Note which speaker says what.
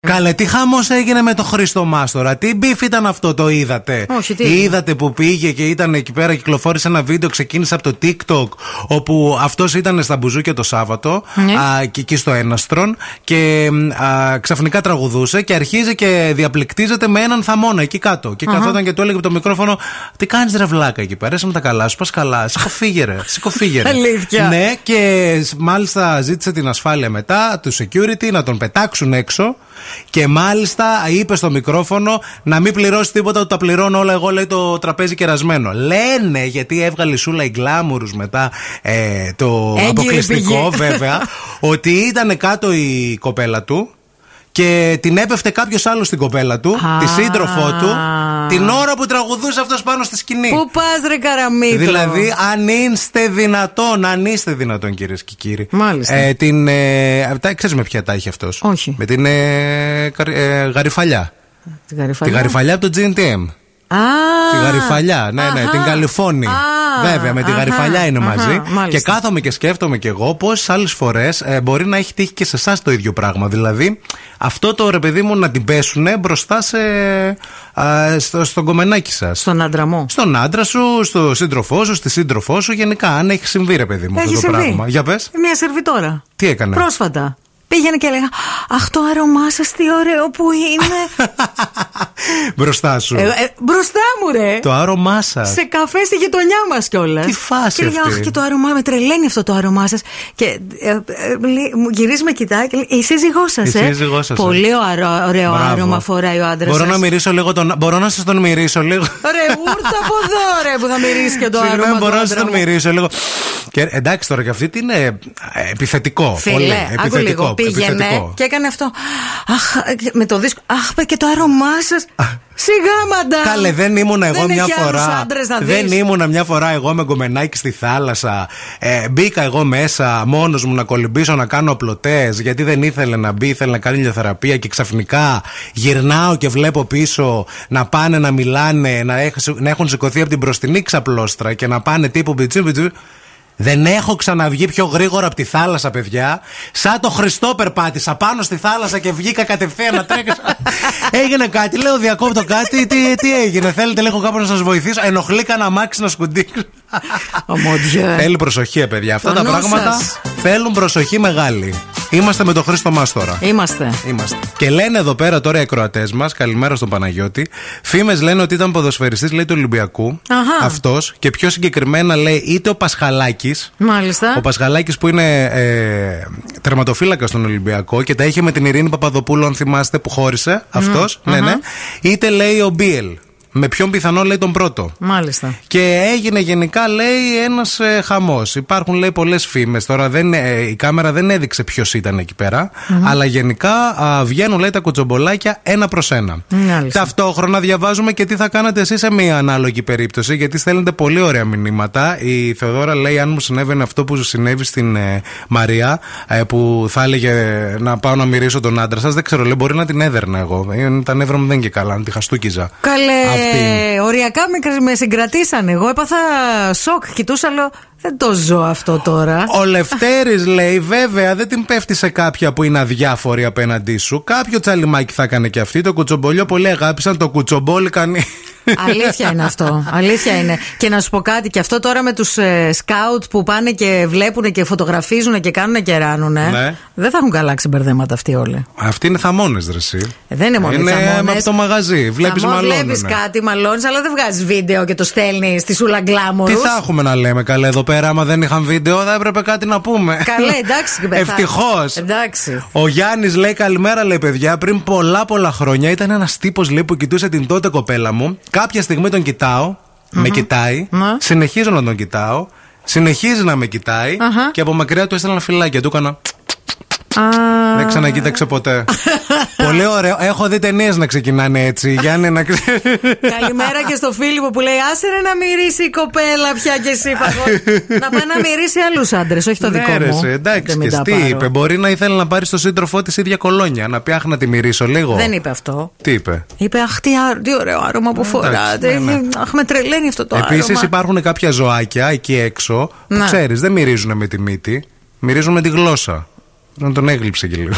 Speaker 1: Καλέ, τι χαμός έγινε με το Χρήστο Μάστορα. Τι μπιφ ήταν αυτό, το είδατε.
Speaker 2: Όχι, τι έγινε.
Speaker 1: Είδατε που πήγε και ήταν εκεί πέρα, κυκλοφόρησε ένα βίντεο, ξεκίνησε από το TikTok, όπου αυτός ήταν στα μπουζούκια το Σάββατο
Speaker 2: Ναι.
Speaker 1: α, και εκεί στο Έναστρον και μ, α, ξαφνικά τραγουδούσε και αρχίζει και διαπληκτίζεται με έναν θαμώνα εκεί κάτω. Και καθόταν και του έλεγε από το μικρόφωνο: Τι κάνεις ρε βλάκα εκεί πέρα, είσαι με τα καλά σου, πας καλά. Σήκω φύγε ρε, σήκω φύγε ρε».
Speaker 2: Αλήθεια.
Speaker 1: Ναι, και σ- μάλιστα ζήτησε την ασφάλεια μετά του security να τον πετάξουν έξω. Και μάλιστα είπε στο μικρόφωνο να μην πληρώσει τίποτα, ότι τα πληρώνω όλα εγώ, λέει το τραπέζι κερασμένο. Λένε, γιατί έβγαλε η σούλα η Γκλάμουρους μετά ε, το
Speaker 2: Έγκυρη
Speaker 1: αποκλειστικό,
Speaker 2: πηγή.
Speaker 1: βέβαια, ότι ήταν κάτω η κοπέλα του και την έπεφτε κάποιος άλλος στην κοπέλα του,
Speaker 2: Α.
Speaker 1: τη σύντροφό του, την ώρα που τραγουδούσε αυτός πάνω στη σκηνή.
Speaker 2: Πού πας, ρε καραμίτρο.
Speaker 1: Δηλαδή, αν είστε δυνατόν, αν είστε δυνατόν, κυρίες και κύριοι.
Speaker 2: Μάλιστα.
Speaker 1: Ε, την. Ε, τα, ξέρεις με ποια τα έχει αυτός.
Speaker 2: Όχι.
Speaker 1: Με την. Ε, καρ- ε, γαριφαλιά.
Speaker 2: Την γαριφαλιά.
Speaker 1: Τη γαριφαλιά από το GNTM.
Speaker 2: Α,
Speaker 1: Τη γαριφαλιά, ναι, ναι,
Speaker 2: αχα.
Speaker 1: την Καλιφώνη.
Speaker 2: Α,
Speaker 1: Βέβαια, με τη
Speaker 2: αχα,
Speaker 1: γαριφαλιά είναι
Speaker 2: αχα,
Speaker 1: μαζί. Και
Speaker 2: μάλιστα.
Speaker 1: κάθομαι και σκέφτομαι κι εγώ πώς άλλες φορές ε, μπορεί να έχει τύχει και σε εσάς το ίδιο πράγμα. Δηλαδή, αυτό το ρε παιδί μου να την πέσουνε μπροστά σε, α, στο, στον κομμενάκι σας.
Speaker 2: Στον αντραμό.
Speaker 1: Στον άντρα σου, στο σύντροφό σου, στη σύντροφό σου, γενικά. Αν έχει συμβεί, ρε παιδί μου,
Speaker 2: Έχει
Speaker 1: αυτό το
Speaker 2: συμβεί.
Speaker 1: πράγμα. Για πες,
Speaker 2: Μια σερβιτόρα.
Speaker 1: τι έκανε.
Speaker 2: Πρόσφατα. Πήγαινε και έλεγα Αχ, το αρωμά σας, τι ωραίο που είναι.
Speaker 1: Μπροστά σου.
Speaker 2: Ε, ε, μπροστά μου, ρε.
Speaker 1: Το άρωμά σας.
Speaker 2: Σε καφέ στη γειτονιά μας κιόλας.
Speaker 1: Τι φάση
Speaker 2: Και λέγα,
Speaker 1: αυτή.
Speaker 2: Αχ, και το αρωμά, με τρελαίνει αυτό το αρωμά σας. Και ε, ε, λέει, μου γυρίζει με κοιτάει και λέει, Η σύζυγός σας, ε.
Speaker 1: Η σύζυγός σας, ε.
Speaker 2: Πολύ ωραίο, ωραίο
Speaker 1: Μπράβο.
Speaker 2: άρωμα φοράει ο άντρας
Speaker 1: Μπορώ να μυρίσω λίγο τον. Μπορώ να σας τον μυρίσω λίγο.
Speaker 2: Ρε, ούρτα από εδώ, ρε, που θα μυρίσει και το
Speaker 1: Συγγνώμη,
Speaker 2: άρωμα. του
Speaker 1: μπορώ να
Speaker 2: άντρα
Speaker 1: σας τον
Speaker 2: μου.
Speaker 1: μυρίσω λίγο. Και, εντάξει τώρα και αυτή τι είναι. ε, Επιθετικό. πολύ,
Speaker 2: Φίλε, άκου
Speaker 1: επιθετικό,
Speaker 2: λίγο. Πήγαινε
Speaker 1: επιθετικό.
Speaker 2: και έκανε αυτό. Αχ, με το δίσκο. Αχ, παι, και το άρωμά σας. Σιγά, μαντά.
Speaker 1: Καλέ, δεν ήμουνα εγώ μια φορά.
Speaker 2: Άντρες, να
Speaker 1: δεν
Speaker 2: δεις.
Speaker 1: ήμουνα μια φορά εγώ με γκομενάκι στη θάλασσα. Ε, μπήκα εγώ μέσα μόνος μου να κολυμπήσω να κάνω πλωτές. Γιατί δεν ήθελε να μπει, ήθελε να κάνει ηλιοθεραπεία. Και ξαφνικά γυρνάω και βλέπω πίσω να πάνε να μιλάνε, να, έχ- να έχουν σηκωθεί από την μπροστινή ξαπλώστρα και να πάνε τύπου μπιτσί, μπιτσί. Δεν έχω ξαναβγεί πιο γρήγορα από τη θάλασσα, παιδιά. Σαν το Χριστό περπάτησα πάνω στη θάλασσα και βγήκα κατευθείαν να τρέξω. έγινε κάτι, λέω διακόπτω κάτι. Τι, τι έγινε, θέλετε λίγο κάπου να σας βοηθήσω. Ενοχλεί κανένα αμάξι να σκουντίξω.
Speaker 2: Ω, mon Dieu.
Speaker 1: Θέλει προσοχή, ε, παιδιά. Αυτά
Speaker 2: Το
Speaker 1: τα
Speaker 2: νου
Speaker 1: πράγματα
Speaker 2: σας.
Speaker 1: θέλουν προσοχή μεγάλη. Είμαστε με τον Χρήστο μας τώρα.
Speaker 2: Είμαστε.
Speaker 1: Είμαστε. Και λένε εδώ πέρα τώρα οι ακροατές μας, καλημέρα στον Παναγιώτη. Φήμες λένε ότι ήταν ποδοσφαιριστής, λέει του Ολυμπιακού.
Speaker 2: Αχα.
Speaker 1: Αυτός και πιο συγκεκριμένα λέει είτε ο Πασχαλάκης.
Speaker 2: Μάλιστα.
Speaker 1: Ο Πασχαλάκης που είναι ε, τερματοφύλακας στον Ολυμπιακό και τα είχε με την Ειρήνη Παπαδοπούλου, αν θυμάστε, που χώρισε αυτός. Ναι, ναι. Είτε λέει ο Μπίελ. Με ποιον πιθανό λέει τον πρώτο.
Speaker 2: Μάλιστα.
Speaker 1: Και έγινε γενικά, λέει, ένας ε, χαμός. Υπάρχουν, λέει, πολλές φήμες. Τώρα δεν, ε, η κάμερα δεν έδειξε ποιος ήταν εκεί πέρα, Αλλά γενικά α, βγαίνουν, λέει, τα κουτσομπολάκια ένα προς ένα.
Speaker 2: Μάλιστα.
Speaker 1: Ταυτόχρονα διαβάζουμε και τι θα κάνατε εσείς σε μία ανάλογη περίπτωση, γιατί στέλνετε πολύ ωραία μηνύματα. Η Θεοδόρα λέει: Αν μου συνέβαινε αυτό που σου συνέβη στην ε, Μαρία, ε, που θα έλεγε να πάω να μυρίσω τον άντρα σας, δεν ξέρω, λέει, μπορεί να την έδερνα εγώ. Ε, Τα νεύρα μου δεν είναι και καλά, να τη χαστούκιζα.
Speaker 2: Καλέ,
Speaker 1: Αυτή.
Speaker 2: οριακά με, κρι- με συγκρατήσαν. Εγώ έπαθα σοκ. Κοιτούσα, λέω, δεν το ζω αυτό τώρα.
Speaker 1: Ο Λευτέρης λέει: Βέβαια, δεν την πέφτει σε κάποια που είναι αδιάφορη απέναντί σου. Κάποιο τσαλιμάκι θα έκανε και αυτή. Το κουτσομπολιό πολύ αγάπησαν. Το κουτσομπόλι κανείς.
Speaker 2: Αλήθεια είναι αυτό. Αλήθεια είναι. Και να σου πω κάτι, και αυτό τώρα με τους ε, σκάουτ που πάνε και βλέπουν και φωτογραφίζουν και κάνουν και ράνουν. ε.
Speaker 1: Ναι.
Speaker 2: Δεν θα έχουν καλά ξεμπερδέματα αυτοί όλοι.
Speaker 1: Αυτή είναι θαμώνες, δρεσί.
Speaker 2: Ε, δεν είναι μόνο
Speaker 1: Είναι
Speaker 2: οι θαμώνες.
Speaker 1: από ναι, το μαγαζί. Βλέπει
Speaker 2: Θαμό,
Speaker 1: μάλλον.
Speaker 2: βλέπεις κάτι, μαλώνεις, αλλά δεν βγάζεις βίντεο και το στέλνει στη σούλα γκλάμορους.
Speaker 1: Τι θα έχουμε να λέμε καλέ εδώ πέρα, άμα δεν είχαν βίντεο, θα έπρεπε κάτι να πούμε.
Speaker 2: Καλέ, εντάξει. και πεθά-
Speaker 1: Ευτυχώς.
Speaker 2: Εντάξει.
Speaker 1: Ο Γιάννης λέει καλημέρα, λέει παιδιά. Πριν πολλά πολλά χρόνια ήταν ένας τύπος που κοιτούσε την τότε κοπέλα μου. Κάποια στιγμή τον κοιταω με κοιτάει.
Speaker 2: Ναι.
Speaker 1: Συνεχίζω να τον κοιτάω. Συνεχίζει να με κοιταει
Speaker 2: Αχα.
Speaker 1: Και από μακριά του έστελνα φυλάκια. Του έκανα.
Speaker 2: Α,
Speaker 1: Δεν ξανακοίταξε ποτέ. Πολύ ωραίο. Έχω δει ταινίες να ξεκινάνε έτσι. Γιάννη, να ξέρει.
Speaker 2: Καλημέρα και στο Φίλιππο που λέει Άσε ρε να μυρίσει η κοπέλα πια και εσύ φαγό». Να πάει να μυρίσει άλλους άντρες, όχι το δικό
Speaker 1: ναι, ρε,
Speaker 2: μου.
Speaker 1: σε, εντάξει,
Speaker 2: Δεν μην
Speaker 1: και
Speaker 2: τα
Speaker 1: τι
Speaker 2: πάρω.
Speaker 1: είπε. Μπορεί να ήθελε να πάρει στο σύντροφό της ίδια κολόνια. Να πει, αχ, να τη μυρίσω λίγο.
Speaker 2: Δεν είπε αυτό.
Speaker 1: Τι είπε.
Speaker 2: Είπε, Αχ, τι, άρ- τι ωραίο άρωμα που φοράτε.
Speaker 1: ναι, ναι.
Speaker 2: Αχ, με τρελαίνει αυτό το
Speaker 1: Επίσης
Speaker 2: άρωμα.
Speaker 1: υπάρχουν κάποια ζωάκια εκεί έξω που
Speaker 2: Ναι.
Speaker 1: ξέρεις, δεν μυρίζουν με τη μύτη, μυρίζουν με τη γλώσσα. Να τον έγλειψε και λίγο.